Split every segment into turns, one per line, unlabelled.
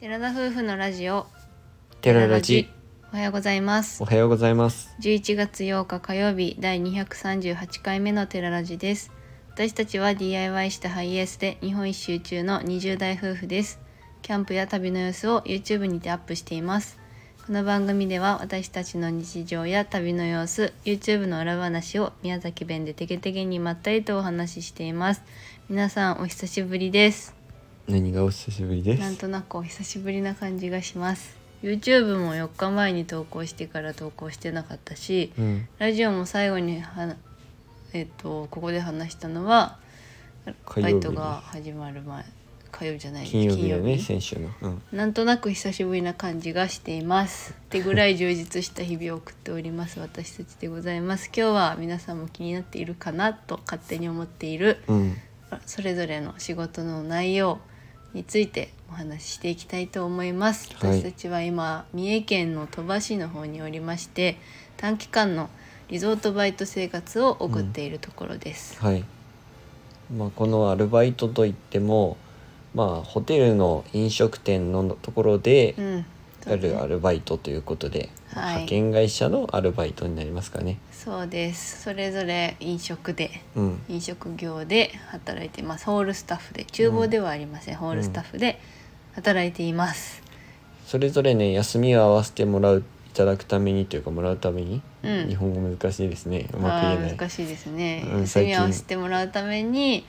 寺田夫婦のラジオ
テララジ
おはようございます
おはようございます
11月8日火曜日第238回目のテララジです私たちは DIY したハイエースで日本一周中の20代夫婦ですキャンプや旅の様子を YouTube にてアップしていますこの番組では私たちの日常や旅の様子 YouTube の裏話を宮崎弁でてげてげにまったりとお話ししています皆さんお久しぶりです
何がお久しぶりで
なん
す
となくお久しぶりな感じがします YouTube も4日前に投稿してから投稿してなかったし
うん
ラジオも最後にはえっとここで話したのは
火
バ
曜日
イ
に
トが始まる前火曜日じゃない
金曜日だよね
金曜
先週のうん
日なんとなく久しぶりな感じがしていますってぐらい充実した日々を送っております私たちでございます今日は皆さんも気になっているかなと勝手に思っている
うん
それぞれの仕事の内容についてお話ししていきたいと思います、
はい
私たちは今三重県の鳥羽市の方におりまして短期間のリゾートバイト生活を送っているところです、
はいまあこのアルバイトといってもまあホテルの飲食店のところで
うん
あるアルバイトということで、まあ
はい
派遣会社のアルバイトになりますかね
そうですそれぞれ飲食で
うん
飲食業で働いていますホールスタッフで厨房ではありません、ホールスタッフで働いています、
それぞれね休みを合わせてもらういただくためにというかもらうために、
うん
日本語難しいですねうまく
あ
言
あ
えない
ー難しいですね、
うん
休
最近
みを合わせてもらうために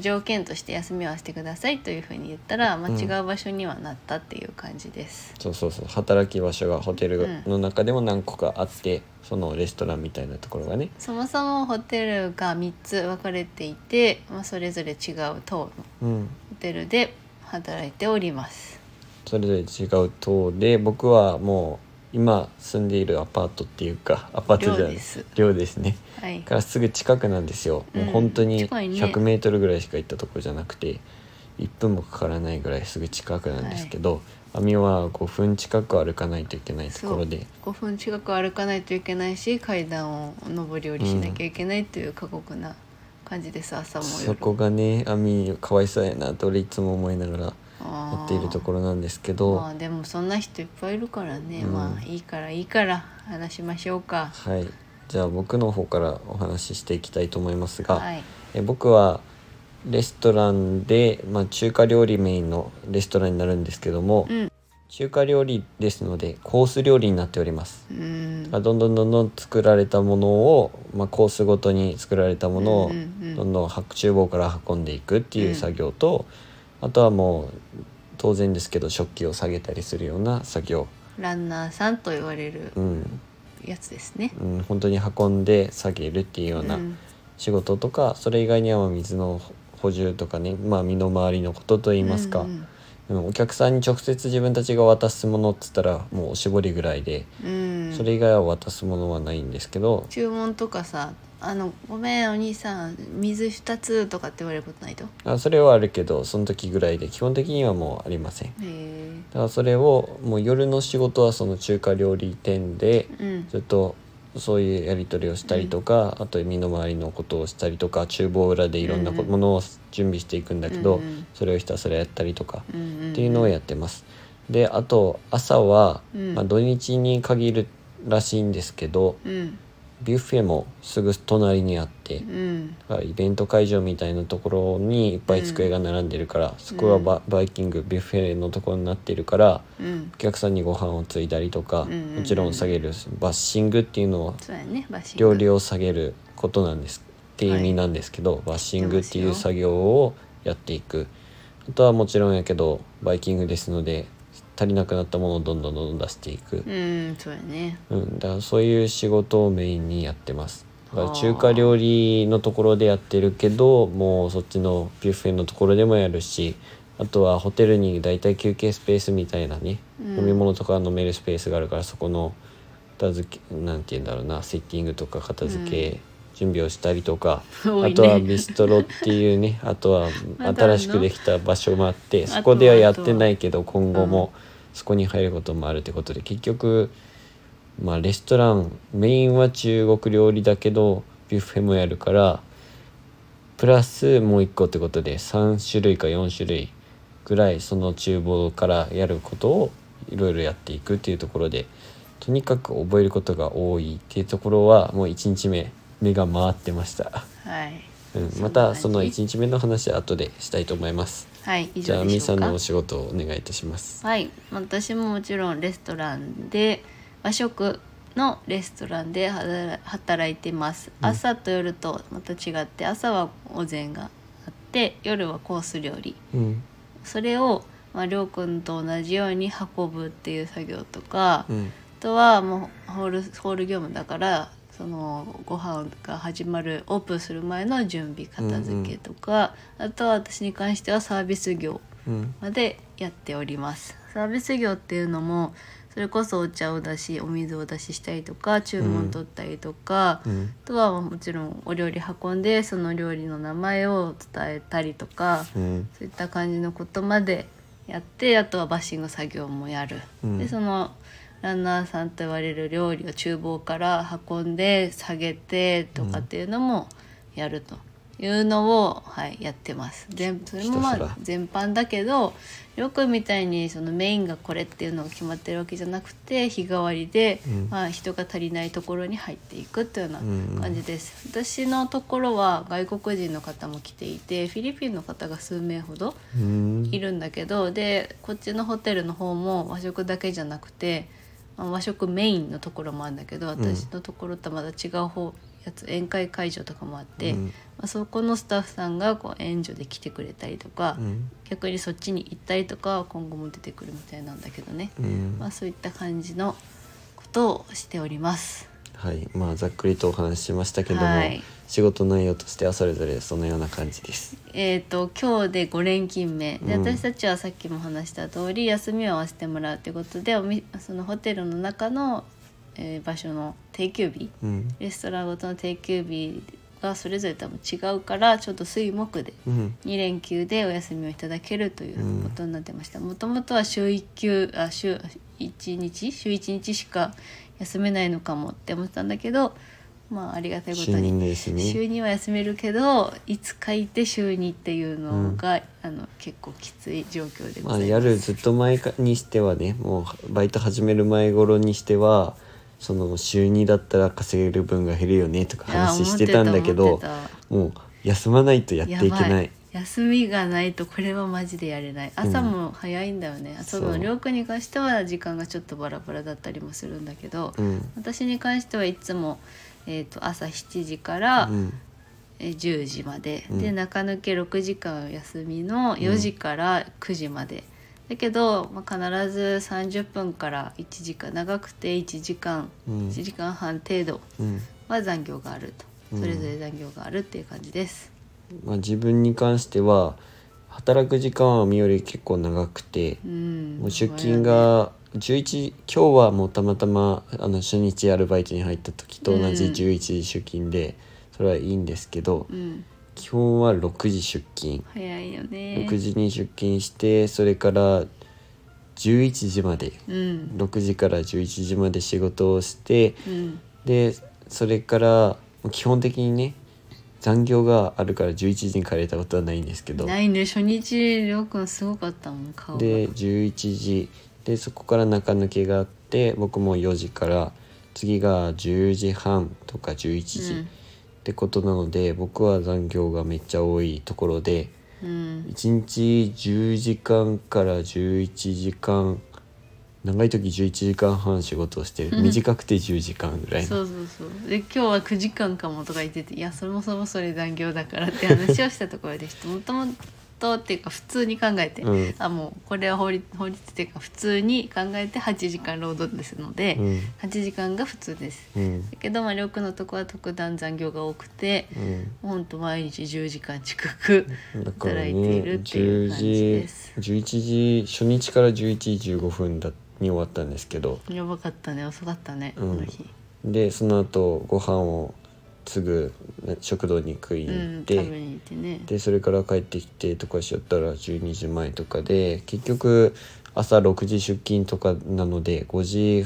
条件として休みを合わせてくださいというふうに言ったら、まあ、
うん
違う場所にはなったっていう感じです、
そうそうそう働き場所がホテル
うん
の中でも何個かあって、そのレストランみたいなところがね
そもそもホテルが3つ分かれていて、まあ、それぞれ違う棟のホ
うん
テルで働いております
それぞれ違う棟で僕はもう今住んでいるアパートっていうかアパートじゃない
寮です
寮ですね
はい
からすぐ近くなんですよ、
うん
もう本当に
近いね
100m ぐらいしか行ったとこじゃなくて1分もかからないぐらいすぐ近くなんですけど、網は5分近く歩かないといけないところで
5分近く歩かないといけないし階段を上り下りしなきゃいけないという過酷な感じです朝も夜
そこがね網かわいそうやなって俺いつも思いながらや
や
っているところなんですけど、
まあでもそんな人いっぱいいるからね、
うん
まあいいからいいから話しましょうか
はいじゃあ僕の方からお話ししていきたいと思いますが、
はい
え僕はレストランで、まあ、中華料理メインのレストランになるんですけども、
うん
中華料理ですのでコース料理になっております、
うん
まあどんどんどんどん作られたものを、まあ、コースごとに作られたものを
うんうんうん
どんどん白厨房から運んでいくっていうんう作業と、あとはもう当然ですけど食器を下げたりするような作業、
ランナーさんと言われる
うん
やつですね、
うん、本当に運んで下げるっていうような、
うん
仕事とかそれ以外にはまあ水の補充とかね、まあ、身の回りのことといいますか、
う
うんんお客さんに直接自分たちが渡すものっつったらもうおしぼりぐらいで、
うんうん
それ以外は渡すものはないんですけど
注文とかさ「あのごめんお兄さん水2つ」とかって言われることないとへ
あそれはあるけどその時ぐらいで基本的にはもうありませんだ
え
からそれをもう夜の仕事はその中華料理店で
うん
ずっとそういうやり取りをしたりとか、あと身の回りのことをしたりとか厨房裏でいろんなこ
うんうん
ものを準備していくんだけど、
うんうん
それをひたすらやったりとか、
うんうん
っていうのをやってます。であと朝は、
うん
まあ、土日に限るらしいんですけど
うん
ビュッフェもすぐ隣にあって、
うん
だからイベント会場みたいなところにいっぱい机が並んでるから、そこはババイキングビュッフェのところになってるから
うん
お客さんにご飯をついだりとか、
んうんうん
もちろん下げるバッシングっていうのは
そうやねバッシング
料理を下げることなんですっていう意味なんですけど、バッシングっていう作業をやっていくあとはもちろんやけどバイキングですので足りなくなったものをどんどんどんどん出していく、
うんそうやね
うん、だからそういう仕事をメインにやってますだから
はあ
中華料理のところでやってるけどもうそっちのビュッフェのところでもやるしあとはホテルに大体休憩スペースみたいなね、
うん
飲み物とか飲めるスペースがあるからそこの片付けなんて言うんだろうなセッティングとか片付け、準備をしたりとか、
多いね
あとはビストロっていうねあとは
まだあるの
新しくできた場所もあって
あと
そこではやってないけど今後もそこに入ることもあるってことで結局まあレストランメインは中国料理だけどビュッフェもやるからプラスもう一個ってことで3種類か4種類ぐらいその厨房からやることをいろいろやっていくっていうところでとにかく覚えることが多いっていうところはもう1日目目が回ってました、
はい。
う
そんな
ん
感じ
またその1日目の話は後でしたいと思います
はい、以
じゃあ
上
み
で
ー
し
さ
ょ
ん
う
の
か
お。仕事をお願いいたします
はい、私ももちろんレストランで和食のレストランで働働いてます。
うん
朝と夜とまた違って、朝はお膳があって、夜はコース料理。
うん
それをまあ、りょうくんと同じように運ぶっていう作業とか、
うん
あとはもうホールホール業務だからそのご飯が始まるオープンする前の準備片付けとか、あとは私に関してはサービス業
うん
までやっておりますサービス業っていうのもそれこそお茶を出しお水を出ししたりとか注文取ったりとか、
うん
あとはもちろんお料理運んでその料理の名前を伝えたりとか、
うん
そういった感じのことまでやってあとはバッシング作業もやる、
うん
でそのランナーさんと言われる料理を厨房から運んで下げてとかっていうのもやるというのを、はい、やってます全部それもま
ひたす
あ
ら
全般だけどよくみたいにそのメインがこれっていうのが決まってるわけじゃなくて日替わりで、
うん
まあ、人が足りないところに入っていくっていうような
うん
感じです、私のところは外国人の方も来ていてフィリピンの方が数名ほど
うん
いるんだけど、でこっちのホテルの方も和食だけじゃなくて、まあ和食メインのところもあるんだけど私のところとまた違う方やつ宴会会場とかもあって、
うん
まあ、そこのスタッフさんがこう援助で来てくれたりとか、
うん
逆にそっちに行ったりとかは今後も出てくるみたいなんだけどね、
うん
まあ、そういった感じのことをしております。
はい、まあざっくりとお話ししましたけども、
はい
仕事内容としてはそれぞれそのような感じです。
えー、と今日で5連勤目で
うん
私たちはさっきも話した通り、休みを合わせてもらうということでおみそのホテルの中の、えー場所の定休日
うん、
レストランごとの定休日がそれぞれ多分違うからちょっと水木で
うん、
2連休でお休みをいただけるということになってましたもともとは週1休あ週1日週1日しか休めないのかもって思ってたんだけどまあありがたいこ
就
とに
任です
週
ね。
には休めるけどいつかいて週にっていうのが、あの結構きつい状況でご
ま
ざいま
あ
す。
やるずっと前かにしてはね、もうバイト始める前頃にしては、その週2だったら稼げる分が減るよねとか
いや
話してたんだけ
思
ど
って、た
もう休まないとやっていけ
やば
ない。
休みがないとこれはマジでやれない朝も早いんだよね、朝
そ
の
う
両君に関しては時間がちょっとバラバラだったりもするんだけど、
うん、
私に関してはいつも、えー、と朝7時から、
うん、
えー10時まで、
うん
で中抜け6時間休みの4時から9時まで、だけど、まあ、必ず30分から1時間長くて1時間、
うん
1時間半程度
うん。
は残業がある
う
と
ん
それぞれ残業があるっていう感じです。
まあ自分に関しては働く時間は身より結構長くて。
うん、
もう出勤が11今日はもうたまたまあの初日アルバイトに入った時と同じ
うん
11時出勤で、それはいいんですけど
うん
基本は6時出勤
早いよね
6時に出勤してそれから11時まで
うん
6時から11時まで仕事をして
うん
でそれからもう基本的にね残業があるから11時に帰れたことはないんですけど
ないね初日りょうくんすごかったもん顔が
で11時でそこから中抜けがあって僕も4時から次が10時半とか11時、
うん
ってことなので僕は残業がめっちゃ多いところで
うん
1日10時間から11時間長い時11時間半仕事をしてる
うん
短くて10時間ぐらいの
そうそうそうで今日は9時間かもとか言ってていやそれもそもそれ残業だからって話をしたところでしたもともとっていうか普通に考えて、
うん
あもうこれは法律法律っていうか普通に考えて8時間労働ですので、
うん
8時間が普通です
うん
だけどまありょうくんのとこは特段残業が多くて、
うん
ほんと毎日10時間近く
だからね
働いているっていう感じ
10
です
時11時初日から11時15分だに終わったんですけど
やばかったね遅かったね、
うん
この日、
でその後ご飯をすぐね食堂に食いに
う
行っ
ん、食
て、
べに行ってね
でそれから帰ってきてとかしちゃったら12時前とかで結局朝6時出勤とかなので5時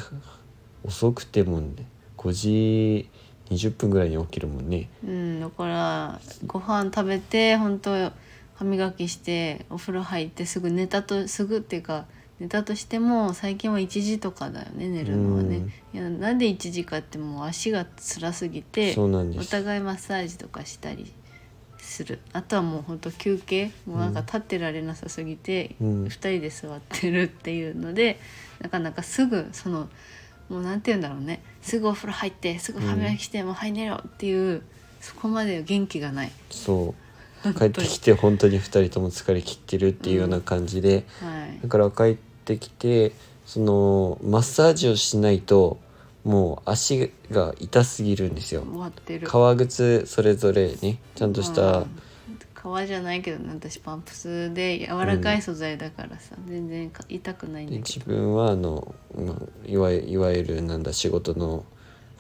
遅くても、ね、5時20分ぐらいに起きるもんね
うんだからご飯食べて本当歯磨きしてお風呂入ってすぐ寝たとすぐっていうか寝たとしても最近は1時とかだよね寝るのはねいやなんで1時かってもう足が辛すぎて
そうなんで
お
す
互いマッサージとかしたりするあとはもうほんと休憩もうなんか立ってられなさすぎて、
う
二
ん
2人で座ってるっていうのでなかなかすぐそのもうなんて言うんだろうねすぐお風呂入ってすぐ歯磨きして、もうはい寝ろっていうそこまで元気がない。
そう帰ってきて本当に2人とも疲れ切ってるっていうような感じで、
はい
だから帰ってきてそのマッサージをしないともう足が痛すぎるんですよ
終わってる
革靴それぞれねちゃんとした、
うん革じゃないけどね私パンプスで柔らかい素材だからさ、全然か痛くないん
で
だけ
自
ど
分はあの、まあ、いわゆいわゆるなんだ仕事の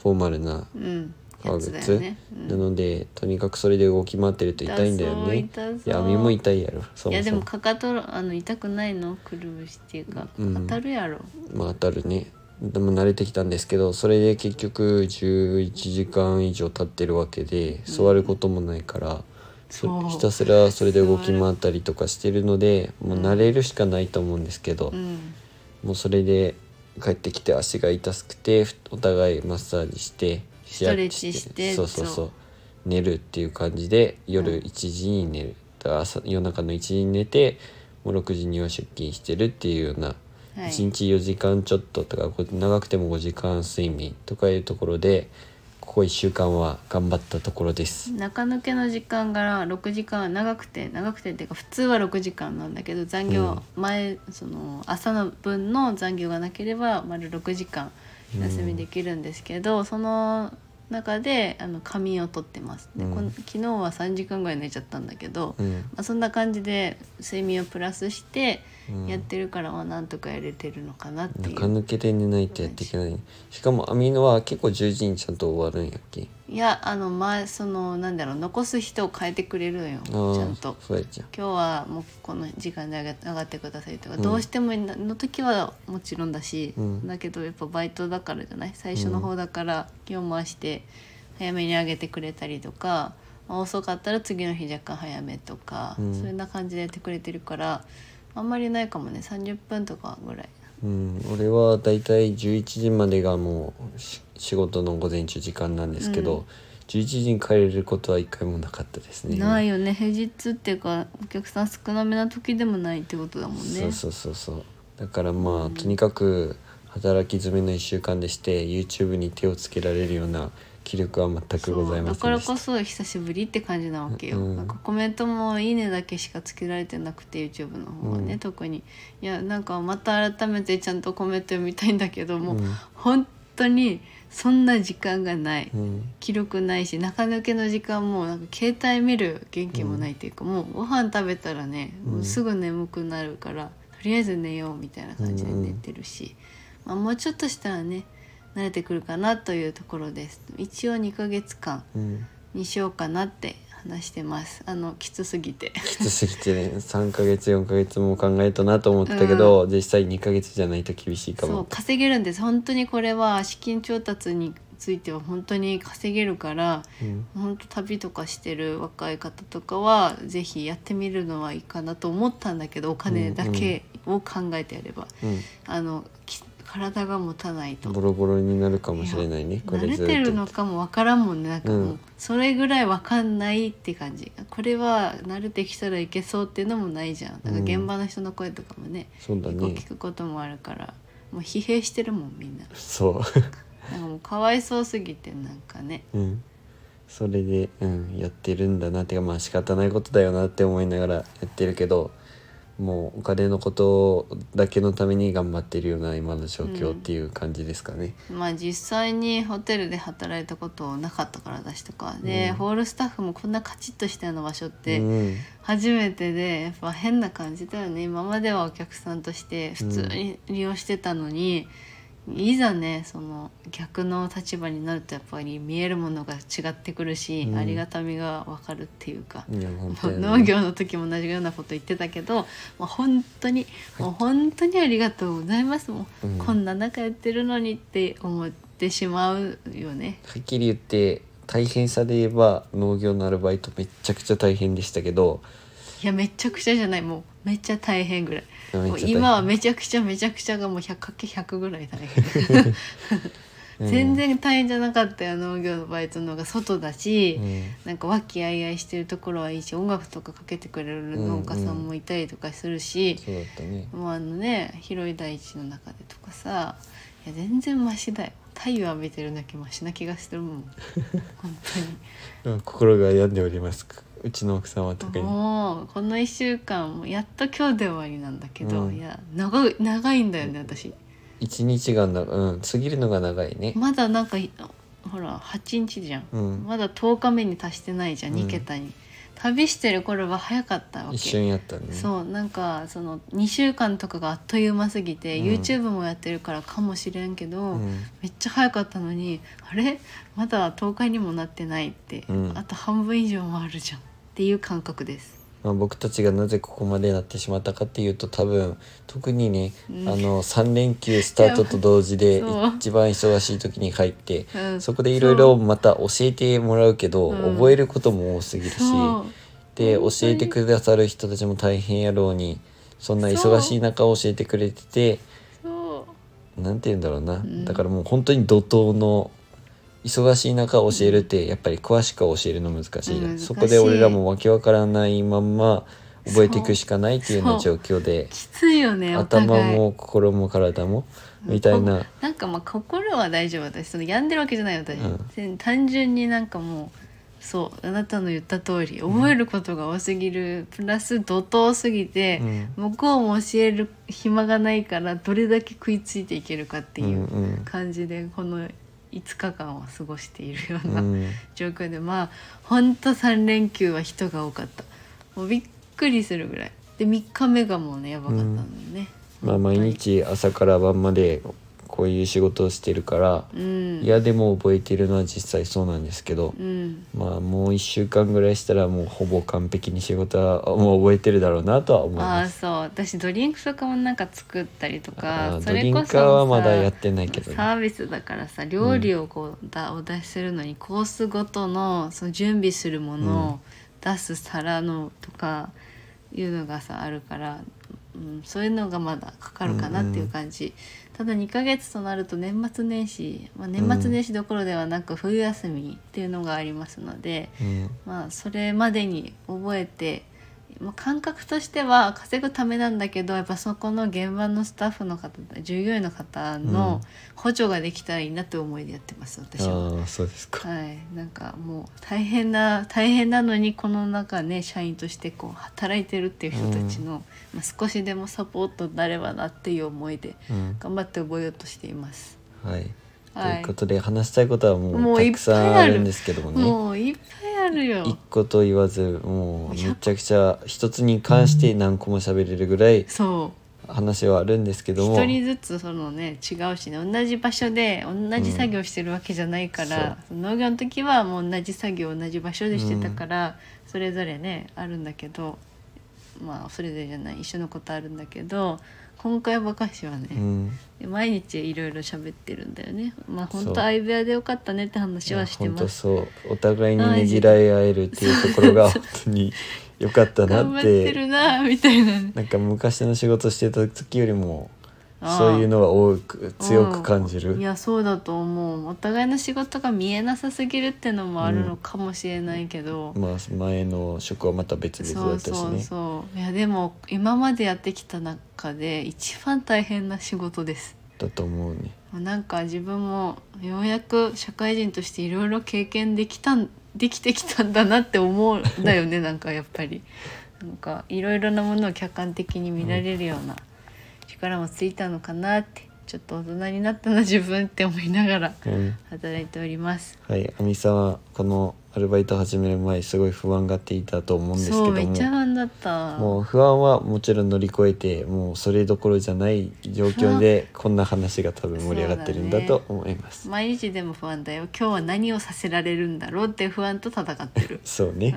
フォーマルな
うん
革
や
靴
つだよね、うん、
なので、とにかくそれで動き回ってると痛いんだよ
痛そう
ね
痛
い
そう
や網も痛いやろそ
い
も
やで
そ
も
も
かかとあの痛くないのくるぶしっていうか、
うん
当たるやろ
まあ当たるねでも慣れてきたんですけどそれで結局11時間以上経ってるわけで座ることもないから、そ
そう
ひたすらそれで動き回ったりとかしてるのでもう慣れるしかないと思うんですけど、
うん
もうそれで帰ってきて足が痛くてふお互いマッサージしてス
トレッチして
そうそうそ
そう
寝るっていう感じで
うん
夜1時に寝る、だから朝夜中の1時に寝てもう6時には出勤してるっていうような、
はい
1日4時間ちょっととかこう長くても5時間睡眠とかいうところでここ1週間は頑張ったところです。
中抜けの時間が6時間は長くて長くてっていうか普通は6時間なんだけど残業前、その朝の分の残業がなければ丸6時間休みできるんですけど、その中であの仮眠を取ってますで、
うん
この昨日は3時間ぐらい寝ちゃったんだけど、
う
ま
ん
あ、そんな感じで睡眠をプラスして
うん
やってるからはなんとかやれてるのかなっていう、
中抜けで寝ないとやっていけないしかもアミノは結構10時にちゃんと終わるんやっけ
いやあの前そのなんだろう残す人を変えてくれるのよ
あー
ちゃんと。
そうやっちゃう
今日はもうこの時間で上が上がってくださいとか、
うん
どうしてもなの時はもちろんだし、
うん
だけどやっぱバイトだからじゃない最初の方だから今日回して早めに上げてくれたりとか、まあ遅かったら次の日若干早めとか、
うん
そんな感じでやってくれてるからあんまりないかもね30分とかぐらい。
うん、俺はだいたい11時までがもうし仕事の午前中時間なんですけ
う
ど、
ん
11時に帰れることは一回もなかったですね。
ないいよね平日っていうかお客さん少なめな時でもないってことだもんね。
そうそうそうそうだからまあ、とにかく働き詰めの1週間でして YouTube に手をつけられるような気力は全く
そう
ございま
だ
せ
か
ん
ら
でした
こ。そ久しぶりって感じなわけよ、
うん
なんかコメントも「いいね」だけしかつけられてなくて YouTube の方はね、
うん
特にいやなんかまた改めてちゃんとコメント読みたいんだけども、
うん
本当にそんな時間がない、
うん
記録ないし中抜けの時間もなんか携帯見る元気もないっていうか、もうご飯食べたらね、
うん
もうすぐ眠くなるからとりあえず寝ようみたいな感じで寝てるし、まあ、もうちょっとしたらね慣れてくるかなというところです一応2ヶ月間
うん、
にしようかなって話してますあのきつすぎて
きつすぎてね3ヶ月4ヶ月も考えたなと思ってたけど、実際2ヶ月じゃないと厳しいか
そう
も。
稼げるんです本当にこれは資金調達については本当に稼げるから
うん
本当旅とかしてる若い方とかはぜひやってみるのはいいかなと思ったんだけどお金だけを考えてやれば、
うん
あのき体が持たないと
ボロボロになるかもしれないねこ
慣
れ
れ
ずっと
てるのかもわからんもんねなんかもう、
うん
それぐらいわかんないって感じこれは慣れてきたらいけそうっていうのもないじゃんなんか現場の人の声とかもね、
そうだ
結構
ね
聞くこともあるからもう疲弊してるもんみんな
そ
なんかもうかわいそうすぎてなんかね
ううんそれで、うん、やってるんだなってかまあ仕方ないことだよなって思いながらやってるけどもうお金のことだけのために頑張ってるような今の状況っていう感じですかね、
まあ実際にホテルで働いたことなかったから私とかで、
うん
ホールスタッフもこんなカチッとしたような場所っ
う
て
ん
初めてでやっぱ変な感じだよね今まではお客さんとして普通に利用してたのに、いざねその逆の立場になるとやっぱり見えるものが違ってくるし、
うん
ありがたみがわかるっていうか、
いや本当
もう
に、
農業の時も同じようなこと言ってたけどもう本当にもう本当にありがとうございますもう、
うん
こんな中やってるのにって思ってしまうよね。
はっきり言って大変さで言えば農業のアルバイトめっちゃくちゃ大変でしたけど
いやめちゃくちゃじゃないもうめっちゃ大変ぐらい
め
も
っ
う
ちゃ大変
今はめちゃくちゃめちゃくちゃがもう 100×100 ぐらい大変
うん
全然大変じゃなかったよ農業のバイトの方が外だし、
うん
なんか和気あいあいしてるところはいいし音楽とかかけてくれる農家さんもいたりとかするし、
そうだったね
もうあのね広い大地の中でとかさいや全然マシだよ太陽浴びてるだけマシな気がするも ん本
うん心が病んでおりますうちの奥さんは
当
特
に
に
もうこの1週間もやっと今日で終わりなんだけど、
うん
いや長い長いんだよね私
一日がな、うん、過ぎるのが長いね、
まだなんかほら8日じゃん、
うん、
まだ10日目に達してないじゃん
う
2
ん
桁に、旅してる頃は早かったわけ
一瞬やったね
そうなんかその2週間とかがあっという間すぎて、
うん
YouTube もやってるからかもしれんけど、
うん
めっちゃ早かったのにあれまだ10日にもなってないって、
うん
あと半分以上もあるじゃんっていう感覚です。
まあ、僕たちがなぜここまでなってしまったかっていうと多分特にね、
うん
あの3連休スタートと同時で
いやそう
一番忙しい時に入って
うん
そこでいろいろまた教えてもらうけど、
うん
覚えることも多すぎるし
そう
で
本
教
当に
えてくださる人たちも大変やろうにそんな忙しい中教えてくれてて
そう
なんて言うんだろうな、
ん
だからもう本当に怒涛の忙しい中教えるってやっぱり詳しくは教えるの難しいじゃ
難
ん
しい
そこで俺らもわけわからないまんま覚えていくしかないっていうよう
そ
な状況で
きついよねお互い
頭も心も体もみたい
こ
な
なんかまあ心は大丈夫私その病んでるわけじゃないよ私、
うん
全単純になんかもうそうあなたの言った通り覚えることが多すぎる、プラス怒涛すぎて、向こうも教える暇がないからどれだけ食いついていけるかって
うん
いう
うん
感じでこの5日間は過ごしているよう
う
なん状況で、まあほんと3連休は人が多かったもうびっくりするぐらいで3日目がもうねやばかったんだよね、
まあ
本
毎
当に
日朝から晩までこういう仕事をしてるから
うん
嫌でも覚えてるのは実際そうなんですけど
うん
まあもう1週間ぐらいしたらもうほぼ完璧に仕事はもう覚えてるだろうなとは思い
あ
ま
あ
す。
そう私ドリンクとかもなんか作ったりと
あ
か
ー
そ
ドリ
れ
ン
こ
カーは
そ
まだやっ
さ
てないけど、
サー
ね、
ビスだからさ料理をこうだお出しするのにコースごとのその準備するものを出す皿のとかいうのがさあるから、うん、そういうのがまだかかるかなっていう感じ、ただ2ヶ月となると年末年始、まあ、年末年始どころではなく冬休みっていうのがありますので、
うん
まあそれまでに覚えて、まあ、感覚としては稼ぐためなんだけどやっぱそこの現場のスタッフの方従業員の方の補助ができたらいいなという思いでやってます私は。
ああそうですか、
はい、なんかもう大変な大変なのにこの中ね社員としてこう働いてるっていう人たちの、まあ、少しでもサポートになればなっていう思いで
うん
頑張って覚えようとしています。
はい、
はい
ということで話したいことはも
も
う
う
た
いっ
く
ぱい
さ
ある
んあるんですけどもね
もういっぱいあるよ。
一個と言わずもうめちゃくちゃ一つに関して何個も喋れるぐらい
そう
話はあるんですけども
一人ずつそのね違うしね同じ場所で同じ作業してるわけじゃないから、農業の時はもう同じ作業同じ場所でしてたから、それぞれねあるんだけどまあそれぞれじゃない一緒のことあるんだけど今回ばかしはね
う、ん、
毎日いろいろ喋ってるんだよねまあ本
そう
当相部屋でよかったねって話はして
本
ま
当
す
そうお互いにねぎらい合えるっていうとこ ろが本当に良かったな
頑
っ
張って
て
るなみたいなね
なんか昔の仕事してた時よりも
あー
そういうのは多く強く感じる、
うんいやそうだと思うお互いの仕事が見えなさすぎるってのもあるのかもしれないけど、
まあ前の職はまた別々
そ
だ
う
ったしね
そうそういやでも今までやってきた中で一番大変な仕事です
だと思うね
もうなんか自分もようやく社会人としていろいろ経験できたんできてきたんだなって思うんだよ ねなんかやっぱりなんかいろいろなものを客観的に見られるような力もついたのかなってちょっと大人になったな自分って思いながら
うん
働いております。
はい亜美さんはこのアルバイト始める前すごい不安がっていたと思うんですけど
そうめっちゃ不
も
安だった。
もう不安はもちろん乗り越えてもうそれどころじゃない状 況でこんな話が多分盛り上がってるんだと思います
毎日でも不安だよ今日は何をさせられるんだろうって不安と戦ってる
そう
う
ね、
ん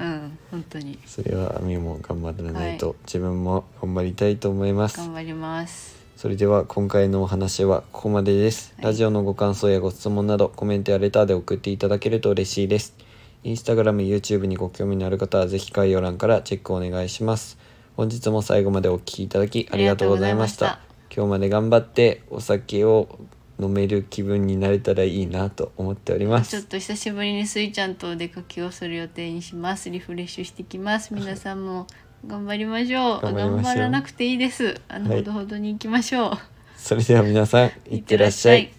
本当に
それは亜美も頑張らないと、
は
自分も頑張りたいと思います
頑張ります
それでは今回のお話はここまでです。
はい
ラジオのご感想やご質問などコメントやレターで送っていただけると嬉しいです。インスタグラム、YouTube にご興味のある方はぜひ概要欄からチェックお願いします。本日も最後までお聞きいただきありがとうございました。
ありがとう
今日まで頑張ってお酒を飲める気分になれたらいいなと思っておりま
ちょっ
す。
と久しぶりにスイちゃんとお出かけをする予定にします。リフレッシュしてきます。皆さんも頑張りましょう。
頑
頑張
張りましょう
らなくていいです。あの、
はい
ほどほどに行きましょう。
それでは皆さん、いってらっしゃい。